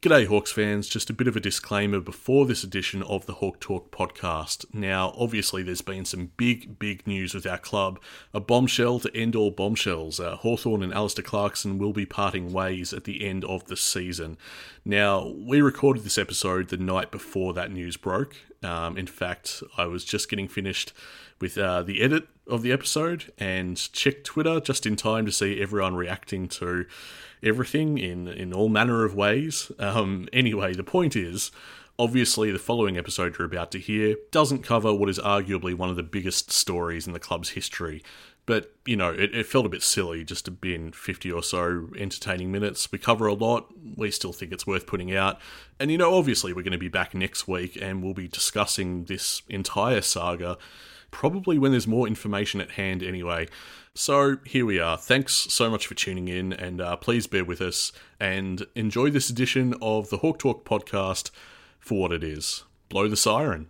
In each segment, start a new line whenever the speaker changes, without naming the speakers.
G'day, Hawks fans. Just a bit of a disclaimer before this edition of the Hawk Talk podcast. Now, obviously, there's been some big, big news with our club. A bombshell to end all bombshells. Uh, Hawthorne and Alistair Clarkson will be parting ways at the end of the season. Now, we recorded this episode the night before that news broke. Um, in fact, I was just getting finished with uh, the edit of the episode and checked Twitter just in time to see everyone reacting to everything in in all manner of ways. Um, anyway, the point is, obviously, the following episode you're about to hear doesn't cover what is arguably one of the biggest stories in the club's history. But you know, it, it felt a bit silly just to be in 50 or so entertaining minutes. We cover a lot. We still think it's worth putting out. And you know, obviously, we're going to be back next week and we'll be discussing this entire saga probably when there's more information at hand anyway. So here we are. Thanks so much for tuning in, and uh, please bear with us and enjoy this edition of the Hawk Talk podcast for what it is. Blow the siren.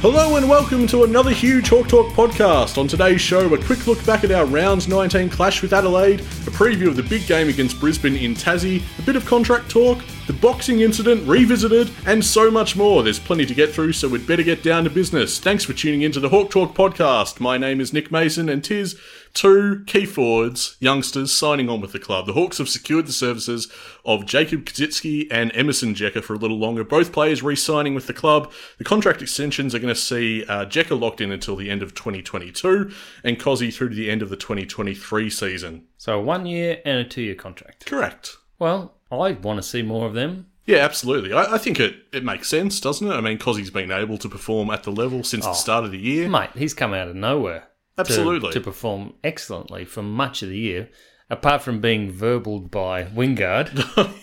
Hello and welcome to another huge Hawk Talk podcast. On today's show, a quick look back at our round 19 clash with Adelaide, a preview of the big game against Brisbane in Tassie, a bit of contract talk, the boxing incident revisited, and so much more. There's plenty to get through, so we'd better get down to business. Thanks for tuning in to the Hawk Talk podcast. My name is Nick Mason, and tis two key forwards, youngsters signing on with the club. The Hawks have secured the services of Jacob Kaczynski and Emerson Jecker for a little longer. Both players re-signing with the club. The contract extensions are going to see uh, Jecker locked in until the end of 2022 and Cozzy through to the end of the 2023 season.
So a one year and a two year contract.
Correct.
Well, I want to see more of them.
Yeah, absolutely. I, I think it, it makes sense, doesn't it? I mean, Cozzy's been able to perform at the level since the start of the year.
Mate, he's come out of nowhere. to-
Absolutely.
To, perform excellently for much of the year, apart from being verbaled by Wingard.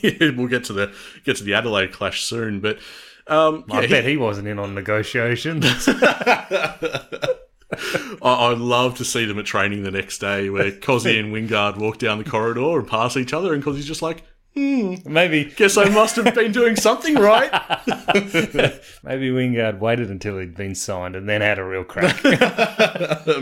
Yeah, we'll get to the get to the Adelaide clash soon, but um, yeah,
I
he-
bet he wasn't in on negotiations.
I, I'd love to see them at training the next day where Cozzy and Wingard walk down the corridor and pass each other, and Cozzy's just like,
maybe
guess I must have been doing something right.
maybe Wingard waited until he'd been signed and then had a real crack.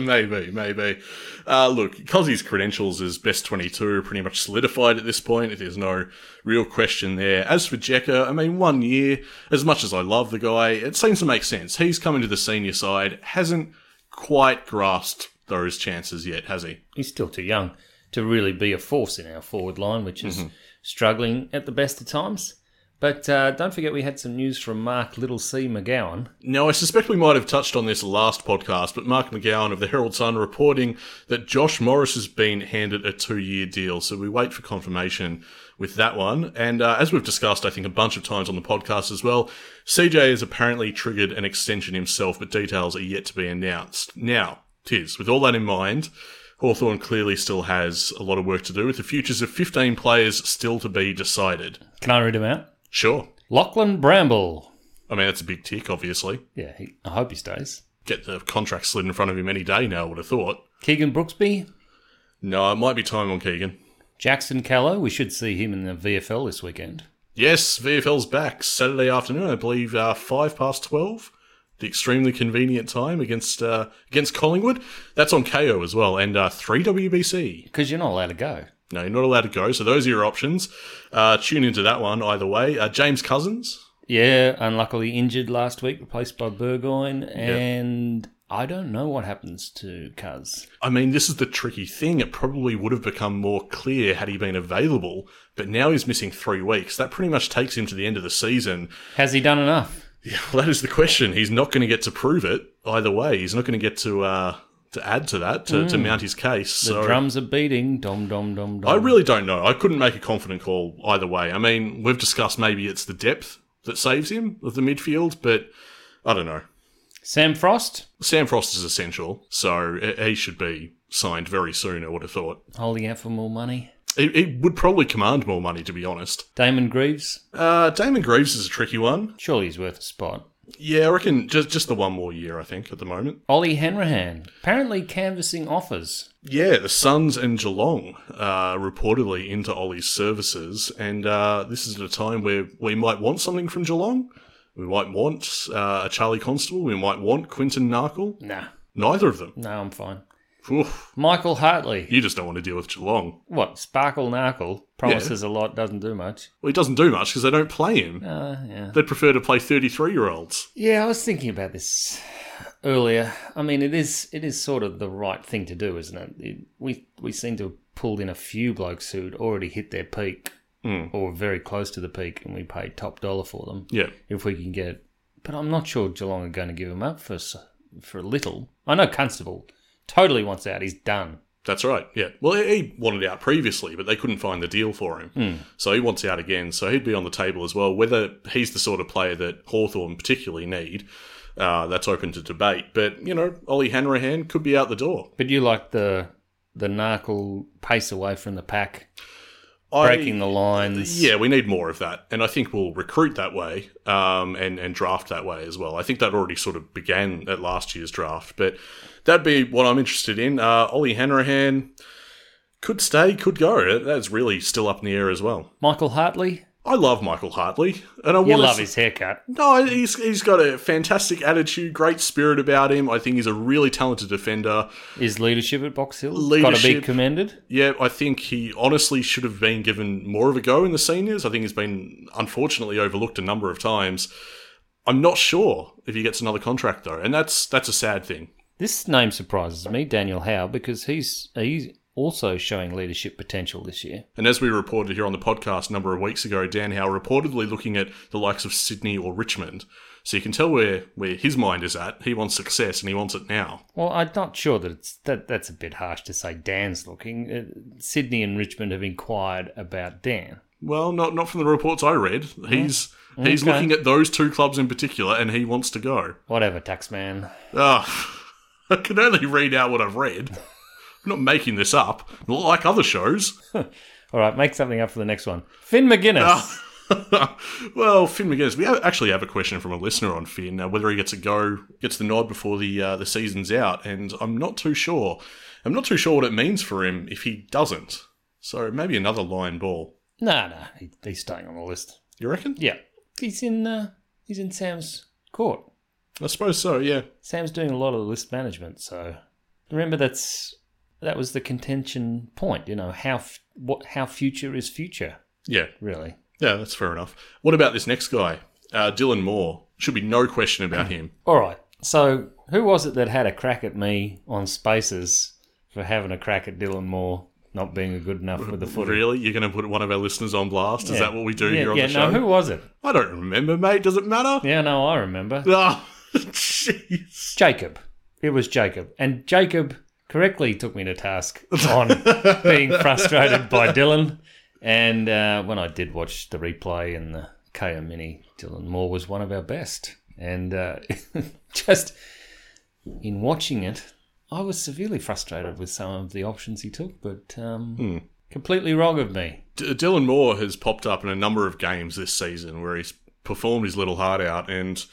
maybe, maybe. Uh, look, Cozzy's credentials as best 22 are pretty much solidified at this point. There's no real question there. As for Jekka, I mean, one year, as much as I love the guy, it seems to make sense. He's come into the senior side, hasn't quite grasped those chances yet, has he?
he's still too young to really be a force in our forward line, which
Mm-hmm.
is struggling at the best of times. But uh, don't forget, we had some news from Mark Little C. McGowan.
Now, I suspect we might have touched on this last podcast, but Mark McGowan of the Herald Sun reporting that Josh Morris has been handed a two year deal. So we wait for confirmation with that one. And uh, as we've discussed, I think, a bunch of times on the podcast as well, CJ has apparently triggered an extension himself, but details are yet to be announced. Now, tis, with all that in mind, Hawthorn clearly still has a lot of work to do with the futures of 15 players still to be decided.
Can I read him out?
Sure.
Lachlan Bramble.
I mean, that's a big tick, obviously.
Yeah, he, I hope he stays.
get the contract slid in front of him any day now, I would have thought.
Keegan Brooksby,
No, it might be time on Keegan.
Jackson Callow. We should see him in the VFL this weekend.
Yes, VFL's back Saturday afternoon, I believe, uh, five past twelve. The extremely convenient time against uh, against Collingwood. That's on KO as well, and uh, three WBC.
Because you're not allowed to go.
No, you're not allowed to go. So those are your options. Uh, tune into that one either way. Uh, James Cousins.
Yeah, unluckily injured last week, replaced by Burgoyne, and I don't know what happens to Cuz.
I mean, this is the tricky thing. It probably would have become more clear had he been available, but now he's missing three weeks. That pretty much takes him to the end of the season.
Has he done enough?
Well, that is the question. He's not going to get to prove it either way. He's not going to get to uh, to add to that to, to mount his case.
The
So
drums are beating. Dom, dom, dom, dom.
I really don't know. I couldn't make a confident call either way. I mean, we've discussed maybe it's the depth that saves him of the midfield, but I don't know.
Sam Frost,
Sam Frost is essential, so he- he should be signed very soon. I would have thought
holding out for more money.
it, it would probably command more money, to be honest.
Damon Greaves,
Uh, Damon Greaves is a tricky one.
surely he's worth a spot.
Yeah, I reckon just just the one more year. I think at the moment.
Ollie Hanrahan, apparently canvassing offers.
Yeah, the Suns and Geelong uh, reportedly into Ollie's services, and uh, this is at a time where we might want something from Geelong. We might want uh, a Charlie Constable. We might want Quinton Narkle.
Nah.
Neither of them.
No, I'm fine.
Oof,
Michael Hartley.
you just don't want to deal with Geelong.
What? Sparkle Narkle. Promises a lot, doesn't do much.
Well, he doesn't do much because they don't play him.
Uh, yeah.
They'd prefer to play 33 year olds.
Yeah, I was thinking about this earlier. I mean, it is it is sort of the right thing to do, isn't it? It- we we seem to have pulled in a few blokes who'd already hit their peak or very close to the peak, and we paid top dollar for them.
Yeah.
if we can get. But I'm not sure Geelong are going to give him up for s- for a little. I know Constable totally wants out. He's done.
That's right. Yeah. Well, he- he wanted out previously, but they couldn't find the deal for him.
Hmm.
So he wants out again. So he'd be on the table as well. Whether he's the sort of player that Hawthorn particularly need, uh, that's open to debate. But, you know, Ollie Hanrahan could be out the door.
But you like the the narcle pace away from the pack,
I-
breaking the lines.
Yeah, we need more of that, and I think we'll recruit that way, um, and and draft that way as well. I think that already sort of began at last year's draft, but that'd be what I'm interested in. Uh, Ollie Hanrahan could stay, could go. That- That's really still up in the air as well.
Michael Hartley,
I love Michael Hartley, and I
you
want
love
to.
his haircut.
No, he's he's got a fantastic attitude, great spirit about him. I think he's a really talented defender.
His leadership at Box Hill got to be
Leadership.
commended.
Yeah, I think he honestly should have been given more of a go in the seniors. I think he's been unfortunately overlooked a number of times. I'm not sure if he gets another contract though, and that's that's a sad thing.
This name surprises me, Daniel Howe, because he's he's also showing leadership potential this year.
And as we reported here on the podcast a number of weeks ago, Dan Howe reportedly looking at the likes of Sydney or Richmond. So you can tell where where his mind is at. He wants success and he wants it now.
Well, I'm not sure that it's that. That's a bit harsh to say. Dan's looking. Uh, Sydney and Richmond have inquired about Dan.
Well, not not from the reports I read. He's he's
Okay.
looking at those two clubs in particular and he wants to go.
Whatever, taxman.
Ah, I can only read out what I've read. I'm not making this up, not like other shows.
All right, make something up for the next one. Finn McGuinness.
well, Finn McGuinness, we ha- actually have a question from a listener on Finn, uh, whether he gets a go, gets the nod before the uh, the season's out, and I'm not too sure. I'm not too sure what it means for him if he doesn't. So maybe another line ball.
No, no, he, he's staying on the list.
You reckon?
Yeah, he's in. Uh, he's in Sam's court.
I suppose so. Yeah.
Sam's doing a lot of the list management, so remember that's that was the contention point. You know how f- what how future is future
Yeah.
really.
Yeah. That's fair enough. What about this next guy, uh, Dylan Moore? Should be no question about him.
All right. So, who was it that had a crack at me on Spaces for having a crack at Dylan Moore not being good enough with the footy?
Really? You're going to put one of our listeners on blast? Is that what we do
yeah,
here on
yeah,
the
no,
show?
who was it?
I don't remember, mate. Does it matter?
Yeah, no, I remember.
Ah, jeez.
Jacob. It was Jacob. And Jacob correctly took me to task on being frustrated by Dylan. And uh, when I did watch the replay and the KO Mini, Dylan Moore was one of our best. And uh, just in watching it, I was severely frustrated with some of the options he took, but um, completely wrong of me.
D- Dylan Moore has popped up in a number of games this season where he's performed his little heart out and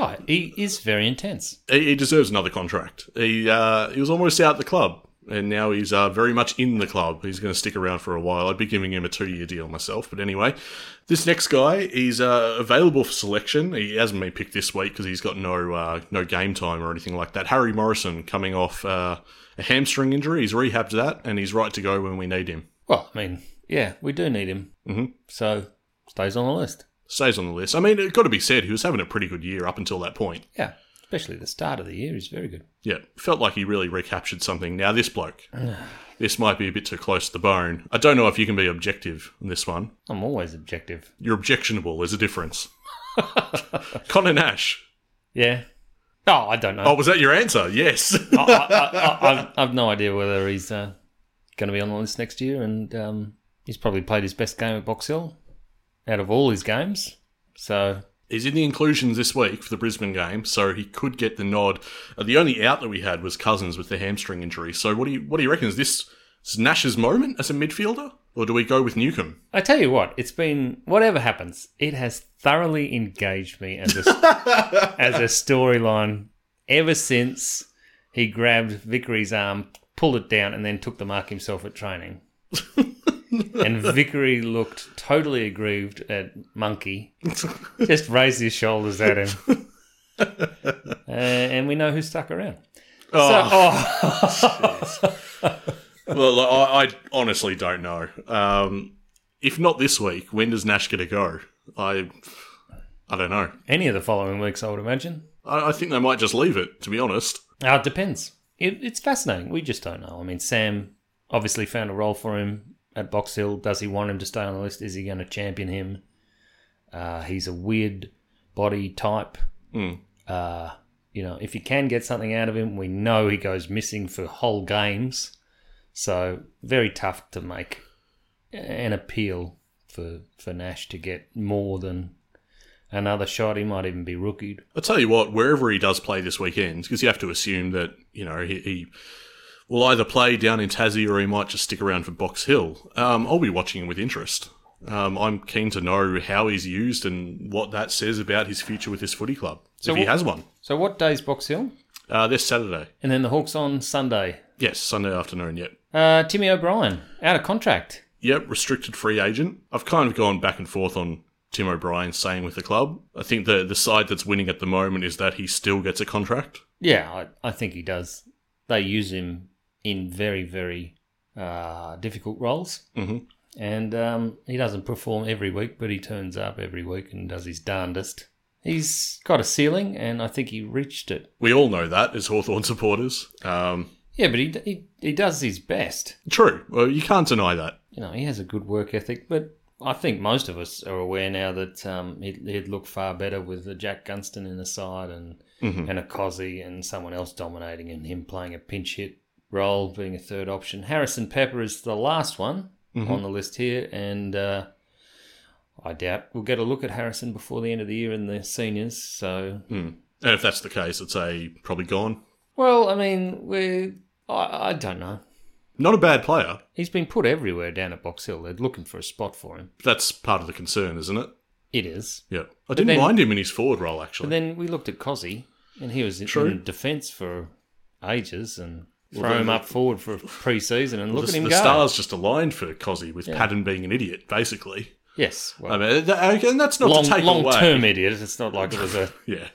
Oh, he is very intense.
he, he deserves another contract. He, uh, he was almost out the club and now he's uh, very much in the club. He's going to stick around for a while. I'd be giving him a two year deal myself. But anyway, this next guy is uh, available for selection. He hasn't been picked this week because he's got no, uh, no game time or anything like that. Harry Morrison coming off uh, a hamstring injury. He's rehabbed that and he's right to go when we need him.
Well, I mean, yeah, we do need him. Mm-hmm. So stays on the list.
stays on the list. I mean, it got to be said, he was having a pretty good year up until that point.
Yeah, especially the start of the year is very good.
Yeah, felt like he really recaptured something. Now, this bloke, this might be a bit too close to the bone. I don't know if you can be objective on this one.
I'm always objective.
You're objectionable, there's a difference. Connor Nash.
Yeah. Oh, I don't
Oh,
know.
was that your answer? Yes.
I, I, I, I've, I've no idea whether he's uh, going to be on the list next year, and um, he's probably played his best game at Box Hill out of all his games. So
He's in the inclusions this week for the Brisbane game, so he could get the nod. Uh, the only out that we had was Cousins with the hamstring injury. So, what do you what do you reckon? Is this is Nash's moment as a midfielder, or do we go with Newcomb?
I tell you what, it's been whatever happens, it has thoroughly engaged me as a as a storyline ever since he grabbed Vickery's arm, pulled it down, and then took the mark himself at training. and Vickery looked totally aggrieved at Monkey. Just raised his shoulders at him. Uh, and we know who stuck around. So,
Oh,
oh,
well, like, I, I honestly don't know. Um, if not this week, when does Nash get a go? I, I don't know.
any of the following weeks, I would imagine.
I, I think they might just leave it. To be honest,
Uh, it depends. It, it's fascinating. We just don't know. I mean, Sam obviously found a role for him at Box Hill. Does he want him to stay on the list? Is he going to champion him? Uh, he's a weird body type.
Mm.
Uh, you know, if you can get something out of him, we know he goes missing for whole games. So very tough to make an appeal for for Nash to get more than another shot. He might even be rookied.
I'll tell you what, wherever he does play this weekend, because you have to assume that, you know, he, he will either play down in Tassie or he might just stick around for Box Hill. Um, I'll be watching him with interest. Um, I'm keen to know how he's used and what that says about his future with this footy club,
So
if he
wh-
has one.
So what day's Box Hill?
Uh, this Saturday.
And then the Hawks on Sunday.
Yes, Sunday afternoon, yep.
Uh, Timmy O'Brien out of contract.
Yep, restricted free agent. I've kind of gone back and forth on Tim O'Brien staying with the club. I think the, the side that's winning at the moment is that he still gets a contract.
Yeah, I, I think he does. They use him in very very uh, difficult roles,
Mhm.
and um, he doesn't perform every week, but he turns up every week and does his darndest. He's got a ceiling, and I think he reached it.
We all know that as Hawthorn supporters. Um,
Yeah, but he d- he, he does his best.
True. Well, you can't deny that.
you know, he has a good work ethic, but I think most of us are aware now that um, he'd, he'd look far better with a Jack Gunston in the side and and a Cozzy and someone else dominating and him playing a pinch hit role, being a third option. Harrison Pepper is the last one on the list here, and uh, I doubt we'll get a look at Harrison before the end of the year in the seniors. So,
And if that's the case, I'd say probably gone.
well, I mean, we I, I don't know.
Not a bad player.
He's been put everywhere down at Box Hill. They're looking for a spot for him.
but That's part of the concern, isn't it?
It is.
Yeah. I didn't
then-
mind him in his forward role,
But
actually.
then we looked at Cozzy, and he was in,
True.
in defence for ages, and throw
then
him
the-
up forward for pre-season, and
the
look at him
the
go.
stars just aligned for Cozzy with Patton being an idiot, basically.
Yes, well,
I mean, that, and that's not
long,
to take away.
long-term idiot. It's not like it was a
Yeah.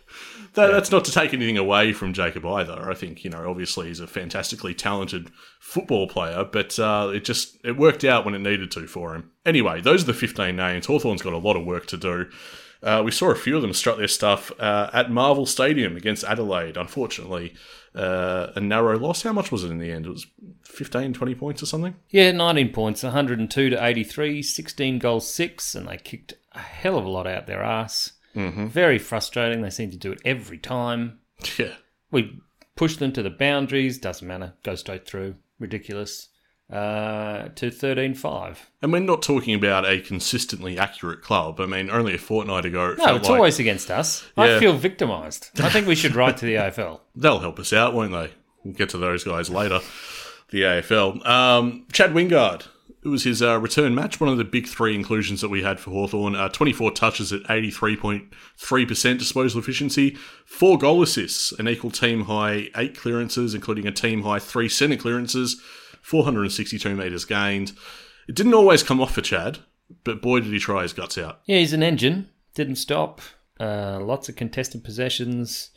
That, That's not to take anything away from Jacob either. I think, you know, obviously he's a fantastically talented football player, but uh, it just it worked out when it needed to for him. Anyway, those are the 15 names. Hawthorn's got a lot of work to do. Uh, we saw a few of them strut their stuff uh, at Marvel Stadium against Adelaide. Unfortunately, uh, a narrow loss. How much was it in the end? It was 15, 20 points or something?
yeah, 19 points, 102 to 83, 16 goals, six, and they kicked a hell of a lot out their ass. Mm-hmm. Very frustrating. They seem to do it every time.
Yeah.
We push them to the boundaries. Doesn't matter. Go straight through. Ridiculous. Uh, to 13-5.
And we're not talking about a consistently accurate club. I mean, only a fortnight ago. It
No,
felt
it's
like
always against us.
Oh, Yeah.
I feel victimised. I think we should write to the AFL.
they'll help us out, won't they? We'll get to those guys later. The AFL. Um, Chad Wingard. It was his uh, return match, one of the big three inclusions that we had for Hawthorn. Uh, 24 touches at 83.3% disposal efficiency, four goal assists, an equal team high eight clearances, including a team high three centre clearances, 462 metres gained. It didn't always come off for Chad, but boy, did he try his guts out.
Yeah, he's an engine. Didn't stop. Uh, lots of contested possessions.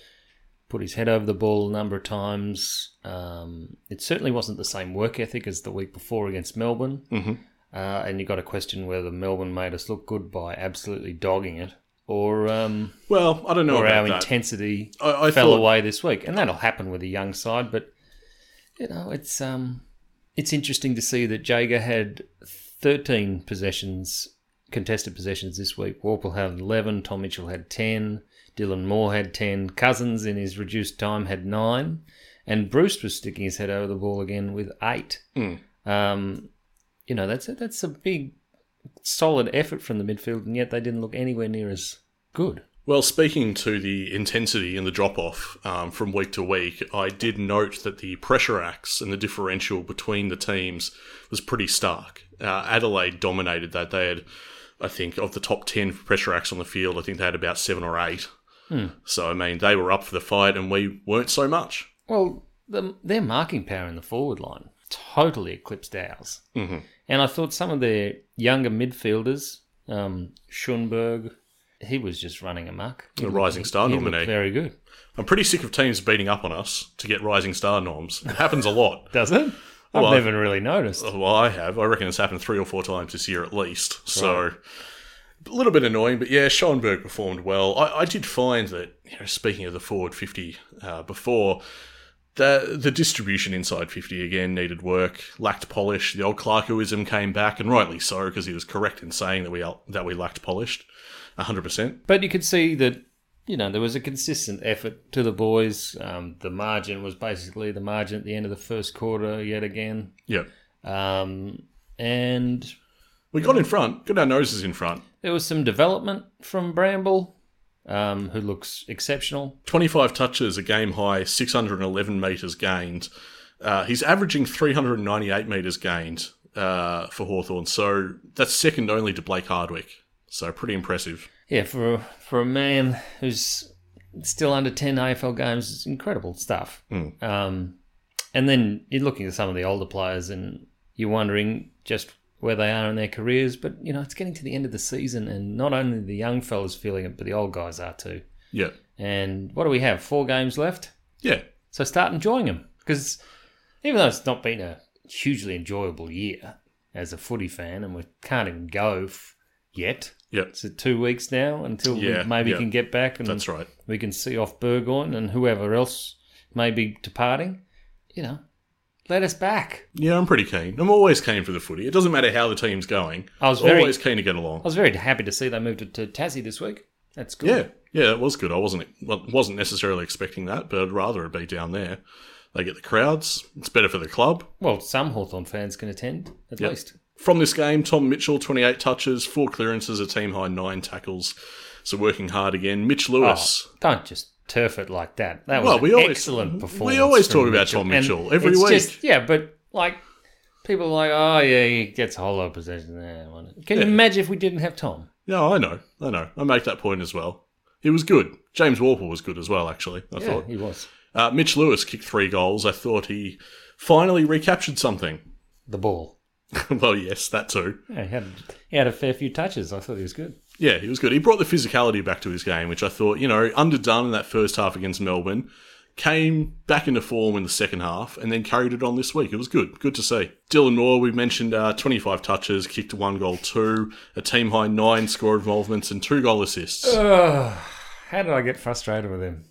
Put his head over the ball a number of times. Um, it certainly wasn't the same work ethic as the week before against Melbourne. Mm-hmm. Uh, and you got to question whether Melbourne made us look good by absolutely dogging it, or um,
Well, I don't know
or
about
our
that.
intensity
I, I
fell
thought-
away this week, and that'll happen with a young side. But you know, it's um, it's interesting to see that Jager had thirteen possessions, contested possessions this week. Warple had eleven. Tom Mitchell had ten. Dylan Moore had ten. Cousins in his reduced time had nine, and Bruce was sticking his head over the ball again with eight.
Hmm.
Um, you know, that's a, that's a big, solid effort from the midfield, and yet they didn't look anywhere near as good.
Well, speaking to the intensity and the drop off um, from week to week, I did note that the pressure acts and the differential between the teams was pretty stark. Uh, Adelaide dominated that. They had, I think, of the top 10 pressure acts on the field, I think they had about seven or eight. So, I mean, they were up for the fight and we weren't so much.
Well, the, their marking power in the forward line totally eclipsed ours.
Mhm.
And I thought some of their younger midfielders, um, Schoenberg, he was just running amok.
A Rising Star
He looked
nominee.
very good.
I'm pretty sick of teams beating up on us to get Rising Star norms. It happens a lot.
Does it? I've
Well,
never really noticed.
Well, I have. I reckon it's happened three or four times this year at least. So a little bit annoying, but yeah, Schoenberg performed well. I, I did find that, you know, speaking of the forward 50 uh, before, the, the distribution inside 50 again needed work, lacked polish. The old Clarkoism came back, and rightly so, because he was correct in saying that we, al- that we lacked polished 100%.
But you could see that, you know, there was a consistent effort to the boys. Um, the margin was basically the margin at the end of the first quarter yet again.
Yeah.
Um, and
We got in front, got our noses in front.
there was some development from Bramble, um, who looks exceptional.
25 touches, a game high, 611 metres gained. Uh, he's averaging 398 metres gained uh, for Hawthorn, so that's second only to Blake Hardwick. So pretty impressive.
Yeah, for a, for a man who's still under 10 AFL games, it's incredible stuff. Um, and then you're looking at some of the older players and you're wondering just where they are in their careers. But, you know, it's getting to the end of the season, and not only the young fellas feeling it, but the old guys are too.
Yeah.
And what do we have? Four games left?
Yeah.
So start enjoying them because even though it's not been a hugely enjoyable year as a footy fan, and we can't even go f- yet.
Yeah.
It's at two weeks now until
Yeah,
we maybe
yeah.
can get back and
That's right.
we can see off Burgoyne and whoever else may be departing. You know, let us back.
Yeah, I'm pretty keen. I'm always keen for the footy. It doesn't matter how the team's going.
I was very,
always keen to get
I
along.
was very happy to see they moved it to Tassie this week. That's good.
Yeah. Yeah, it was good. I wasn't well, wasn't necessarily expecting that, but I'd rather it be down there. They get the crowds. It's better for the club.
Well, some Hawthorn fans can attend at
Yep.
least.
From this game, Tom Mitchell, 28 touches, four clearances, a team high nine tackles. So working hard again. Mitch Lewis.
Don't Oh, just turf it like that. That was
Well,
an
we always-
excellent performance.
we always
from
talk about Tom Mitchell
And
every
it's
week.
Just, yeah, but like people are like, oh yeah, he gets a whole lot of possession there. won't it?" Can you
Yeah.
imagine if we didn't have Tom?
No, I know. I know. I make that point as well. He was good. James Warple was good as well, actually. I
Yeah,
thought.
he was
Uh, Mitch Lewis kicked three goals. I thought he finally recaptured something.
the ball.
well, yes, that too.
Yeah, he had he had a fair few touches. I thought he was good.
Yeah, he was good. He brought the physicality back to his game, which I thought, you know, underdone in that first half against Melbourne, came back into form in the second half, and then carried it on this week. It was good. Good to see. Dylan Moore, we mentioned uh, 25 touches, kicked one goal, two, a team high nine score involvements, and two goal assists.
Uh, how did I get frustrated with him?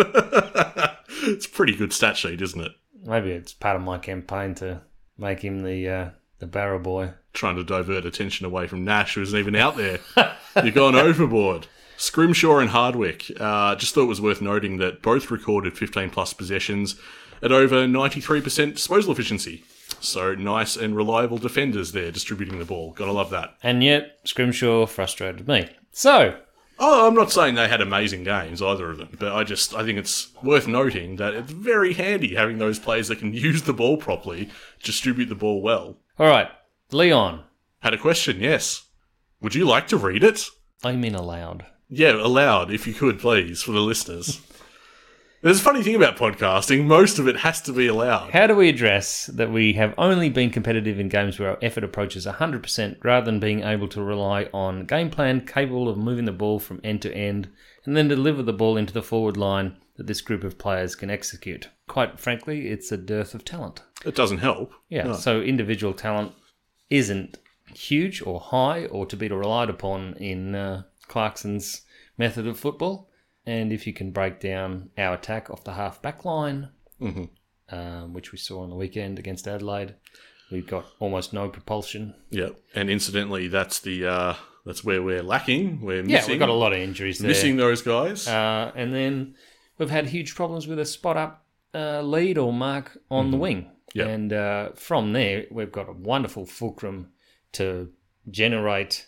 it's a pretty good stat sheet, isn't it?
Maybe it's part of my campaign to make him the uh, the barrow boy.
Trying to divert attention away from Nash, who isn't even out there. You've gone overboard. Scrimshaw and Hardwick. Uh, just thought it was worth noting that both recorded 15 plus possessions at over 93% disposal efficiency. So nice and reliable defenders there distributing the ball. Gotta love that.
And yet Scrimshaw frustrated me. So
Oh, I'm not saying they had amazing games, either of them, but I just I think it's worth noting that it's very handy having those players that can use the ball properly, distribute the ball well.
all right, Leon.
Had a question, yes. Would you like to read it?
I mean aloud.
Yeah, aloud, if you could, please, for the listeners. There's a funny thing about podcasting, most of it has to be allowed.
How do we address that we have only been competitive in games where our effort approaches 100% rather than being able to rely on game plan capable of moving the ball from end to end and then deliver the ball into the forward line that this group of players can execute? Quite frankly, it's a dearth of talent.
It doesn't help.
Yeah, so individual talent isn't huge or high or to be relied upon in uh, Clarkson's method of football. And if you can break down our attack off the half back line,
Mm-hmm.
um, which we saw on the weekend against Adelaide, we've got almost no propulsion.
Yeah. And incidentally, that's the uh that's where we're lacking. We're
Yeah,
missing
we've got a lot of injuries there.
missing those guys.
Uh, and then we've had huge problems with a spot up uh, lead or mark on the wing.
Yeah.
And uh, from there, we've got a wonderful fulcrum to generate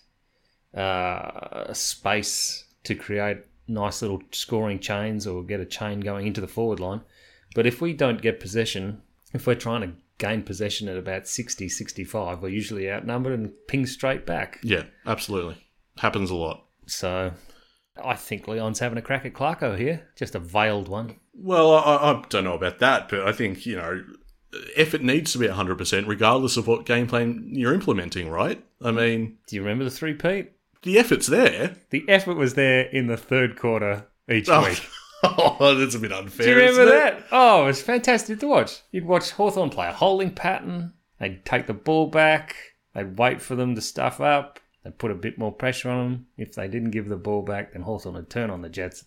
uh, space to create nice little scoring chains or get a chain going into the forward line. But if we don't get possession, if we're trying to gain possession at about 60, 65, we're usually outnumbered and ping straight back.
yeah, absolutely. Happens a lot.
So I think Leon's having a crack at Clarko here, just a veiled one.
Well, I, I I don't know about that, but I think, you know, effort needs to be 100% regardless of what game plan you're implementing, right? I mean,
Do you remember the three Pete?
The effort's there.
The effort was there in the third quarter each
Oh,
week.
oh, that's a bit unfair.
Do you
isn't
remember
it?
that? Oh, it was fantastic to watch. You'd watch Hawthorn play a holding pattern. They'd take the ball back. They'd wait for them to stuff up. They'd put a bit more pressure on them. If they didn't give the ball back, then Hawthorn would turn on the Jets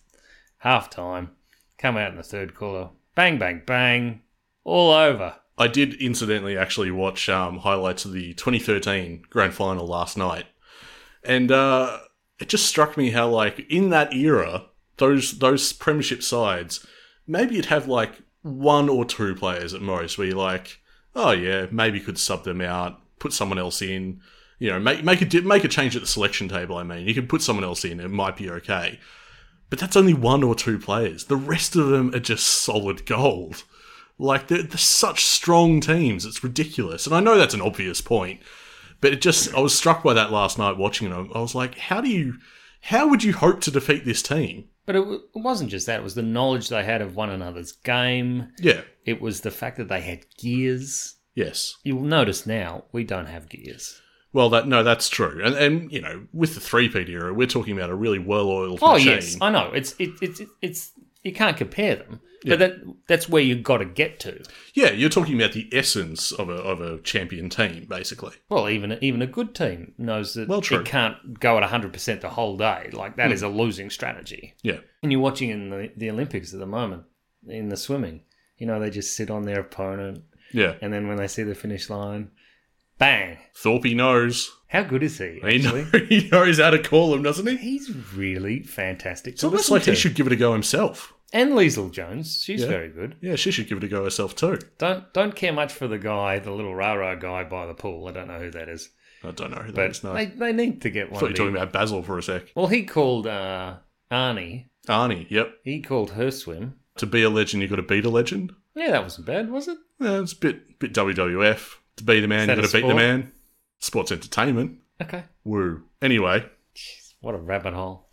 half time. Come out in the third quarter. Bang, bang, bang. All over.
I did incidentally actually watch um, highlights of the 2013 grand final last night, and uh, it just struck me how like in that era, those those premiership sides, maybe you'd have like one or two players at most where you're like, oh yeah, maybe could sub them out, put someone else in, you know, make make a di- make a change at the selection table. I mean, you can put someone else in, it might be okay, but that's only one or two players. The rest of them are just solid gold. Like they're, they're such strong teams, it's ridiculous. And I know that's an obvious point, but it just I was struck by that last night watching it. I was like, how do you, how would you hope to defeat this team?
But it, w- it wasn't just that. It was the knowledge they had of one another's game.
Yeah,
It was the fact that they had gears.
yes.
You'll notice now we don't have gears.
Well, that no, that's true. And and you know, with the three peat era, we're talking about a really well oiled
Oh
machine.
yes, I know. It's it, it's it's you can't compare them, but that that's where you got to get to.
Yeah, you're talking about the essence of a of a champion team, basically.
Well, even even a good team knows that
Well, true. Hmm.
it can't go at hundred percent the whole day. Like that is a losing strategy.
Yeah.
And you're watching in the, the Olympics at the moment in the swimming. You know, they just sit on their opponent,
Yeah.
and then when they see the finish line, bang!
Thorpe knows.
How good is he?
He, know,
Actually,
he knows how to call him, doesn't he?
he's really fantastic.
So
to
it's
listen
like
to.
he should give it a go himself.
and Liesl Jones, she's very good.
Yeah, she should give it a go herself too.
Don't don't care much for the guy, the little rah rah guy by the pool. I don't know who that is,
I don't know who that
but
is. No,
they,
I
they need to get one.
thought you
of
were talking
the-
about Basil for a sec.
Well, he called uh, Arnie.
Arnie, yep.
He called her swim.
To be a legend, you got to beat a legend.
Yeah, that wasn't bad, was it?
Yeah, it's a bit bit WWF. To be the man,
that
you
a
got to beat the
sport?
man. Sports entertainment.
Okay.
Woo. Anyway,
What a rabbit hole.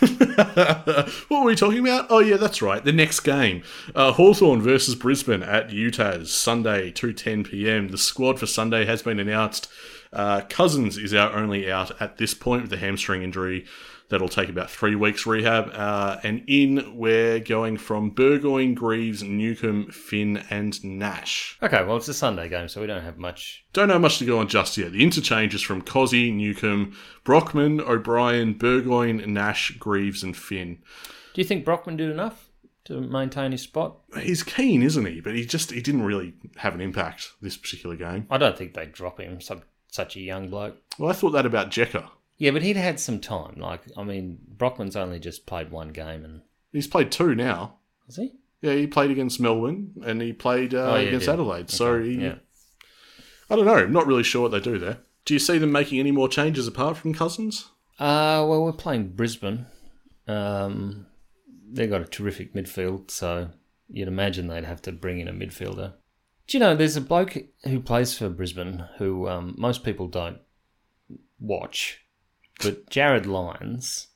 what were we talking about? Oh yeah, that's right. The next game, uh, Hawthorn versus Brisbane at Utah's Sunday, two ten p.m. The squad for Sunday has been announced. Uh, Cousins is our only out at this point with a hamstring injury. That'll take about three weeks rehab. Uh, and in we're going from Burgoyne, Greaves, Newcomb, Finn, and Nash.
Okay, well, it's a Sunday game, so we don't have much.
Don't know much to go on just yet. The interchange is from Cozzy, Newcomb, Brockman, O'Brien, Burgoyne, Nash, Greaves, and Finn.
Do you think Brockman did enough to maintain his spot?
he's keen, isn't he? But he just he didn't really have an impact this particular game.
I don't think they drop him. Some, such a young bloke.
Well, I thought that about Jekka.
Yeah, but he'd had some time. Like, I mean, Brockman's only just played one game, and
He's played two now.
has he?
Yeah, he played against Melbourne and he played uh,
Oh, yeah,
against
yeah.
Adelaide. So he,
Yeah.
I don't know. I'm not really sure what they do there. Do you see them making any more changes apart from Cousins?
Uh, well, we're playing Brisbane. Um, they've got a terrific midfield, so you'd imagine they'd have to bring in a midfielder. Do you know, there's a bloke who plays for Brisbane who um, most people don't watch, but Jared Lyons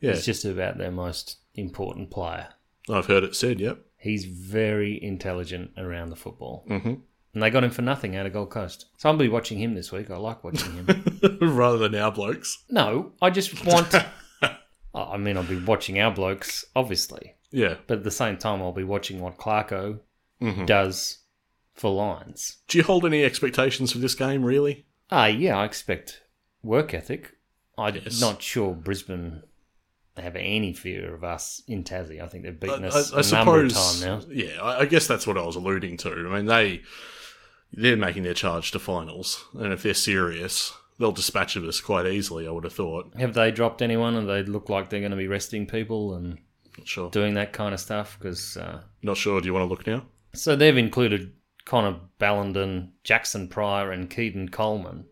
Yeah,
is just about their most important player.
I've heard it said. Yep.
He's very intelligent around the football.
Mhm.
And they got him for nothing out of Gold Coast. So I'll be watching him this week. I like watching him.
Rather than our blokes.
No, I just want. I mean, I'll be watching our blokes, obviously,
Yeah.
but at the same time, I'll be watching what Clarko
Mm-hmm.
does for Lions.
Do you hold any expectations for this game? Really?
Ah, yeah, I expect work ethic. I'm
Yes.
not sure Brisbane have any fear of us in Tassie. I think they've beaten
I,
us
I- I
a number of
suppose.
times now.
Yeah, I, I guess that's what I was alluding to. I mean, they they're making their charge to finals, and if they're serious, they'll dispatch of us quite easily. I would have thought.
Have they dropped anyone, and they look like they're going to be resting people and
Not sure.
doing that kind of stuff? Because uh,
Not sure. Do you want to look now?
So they've included Connor Ballenden, Jackson Pryor, and Keaton Coleman.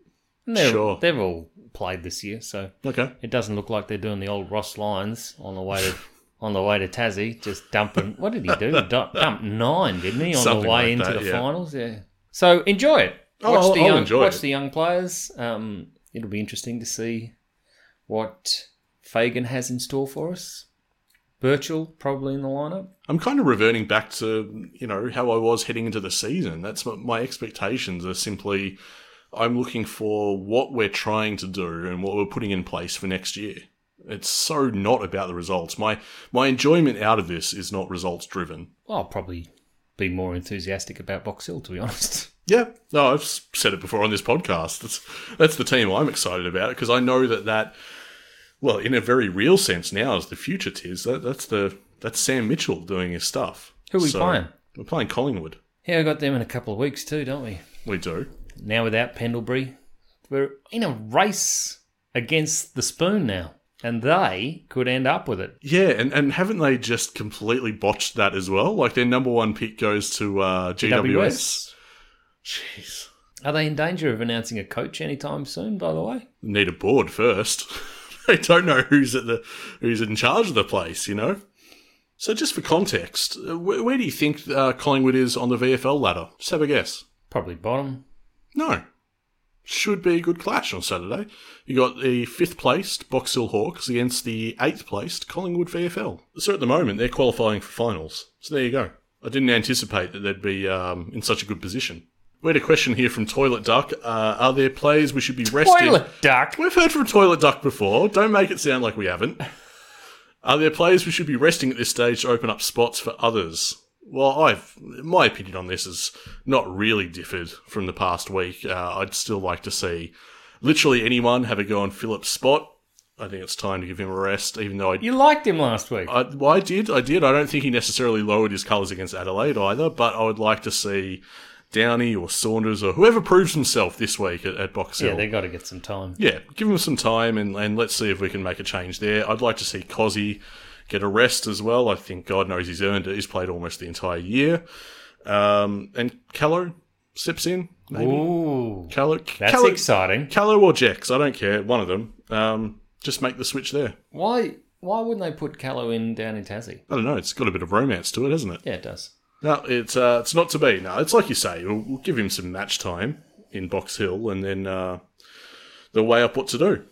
And they're,
Sure.
They've all played this year, so
Okay.
it doesn't look like they're doing the old Ross lines on the way to on the way to Tassie, just dumping. What did he do? Du- Dump nine, didn't he, on
Something
the way
like
into
that,
the
yeah.
finals? Yeah. So enjoy it.
Oh,
Watch
I'll-
the
I'll
young,
enjoy
watch
it.
the young players. Um, it'll be interesting to see what Fagan has in store for us. Birchall probably in the lineup.
I'm kind of reverting back to you know how I was heading into the season. That's what my expectations are simply. I'm looking for what we're trying to do and what we're putting in place for next year. It's so not about the results. My my enjoyment out of this is not results driven.
Well, I'll probably be more enthusiastic about Box Hill, to be honest.
Yeah, no, I've s- said it before on this podcast. That's that's the team I'm excited about because I know that that well, in a very real sense now is the future. Tis that that's the that's Sam Mitchell doing his stuff.
Who are we playing?
We're playing Collingwood.
Yeah, we got them in a couple of weeks too, don't we?
We do.
Now without Pendlebury, we're in a race against the spoon now, and they could end up with it.
Yeah, and, and haven't they just completely botched that as well? Like their number one pick goes to uh, GWS. Jeez.
Are they in danger of announcing a coach anytime soon? By the way,
Need a board first. they don't know who's at the who's in charge of the place, you know. So just for context, uh, where, where do you think uh, Collingwood is on the VFL ladder? Just have a guess.
probably bottom.
No. Should be a good clash on Saturday. You got the fifth placed Box Hill Hawks against the eighth placed Collingwood VFL. So at the moment they're qualifying for finals. So there you go. I didn't anticipate that they'd be um, in such a good position. We had a question here from Toilet Duck. Uh, are there players we should be resting?
Toilet duck.
We've heard from Toilet Duck before. Don't make it sound like we haven't. Are there players we should be resting at this stage to open up spots for others? Well, I've my opinion on this is not really differed from the past week. Uh, I'd still like to see literally anyone have a go on Philip's spot. I think it's time to give him a rest, even though I,
You liked him last week.
I, well, I did, I did. I don't think he necessarily lowered his colours against Adelaide either, but I would like to see Downey or Saunders or whoever proves himself this week at, at Box Hill.
yeah, they got to get some time.
Yeah, give him some time and, and let's see if we can make a change there. I'd like to see Cozzy get a rest as well. I think God knows he's earned it. He's played almost the entire year. Um, and Callow steps in, maybe.
Ooh,
Callow,
that's
Callow,
exciting.
Callow or Jex, I don't care. One of them. Um, just make the switch there.
Why? Why wouldn't they put Callow in down in Tassie?
I don't know. It's got a bit of romance to it, hasn't it?
Yeah, it does.
No, it's uh, it's not to be. No, it's like you say. We'll, we'll give him some match time in Box Hill, and then uh, they'll weigh up what to do.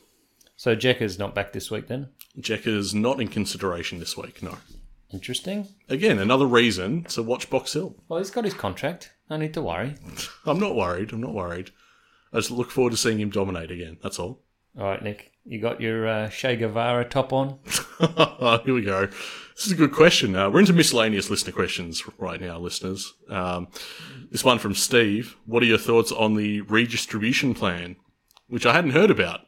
So Jekka's not back this week then.
Jekka's not in consideration this week. No.
Interesting.
Again, another reason to watch Box Hill.
Well, he's got his contract. No need to worry.
I'm not worried. I'm not worried. I just look forward to seeing him dominate again. That's all.
All right, Nick, you got your uh, Che Guevara top on.
Here we go. This is a good question. Uh, we're into miscellaneous listener questions right now, listeners. Um, this one from Steve. What are your thoughts on the redistribution plan, which I hadn't heard about?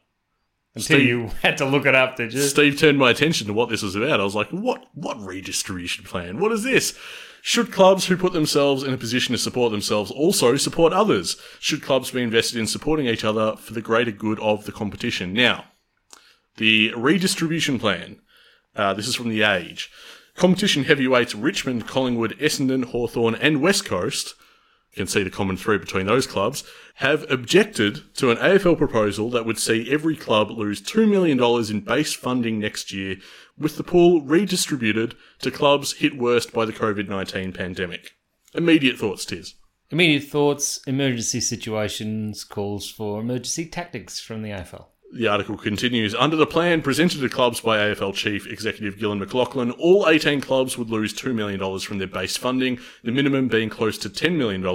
Until
Steve-
you had to look it up, did you?
Steve turned my attention to what this was about. I was like, what what redistribution plan? What is this? Should clubs who put themselves in a position to support themselves also support others? Should clubs be invested in supporting each other for the greater good of the competition? Now, the redistribution plan. Uh, this is from The Age. Competition heavyweights Richmond, Collingwood, Essendon, Hawthorn, and West Coast you can see the common thread between those clubs, have objected to an AFL proposal that would see every club lose $2 million in base funding next year, with the pool redistributed to clubs hit worst by the COVID 19 pandemic. Immediate thoughts, Tiz.
Immediate thoughts, emergency situations calls for emergency tactics from the AFL.
The article continues. Under the plan presented to clubs by AFL Chief Executive Gillan McLaughlin, all 18 clubs would lose $2 million from their base funding, the minimum being close to $10 million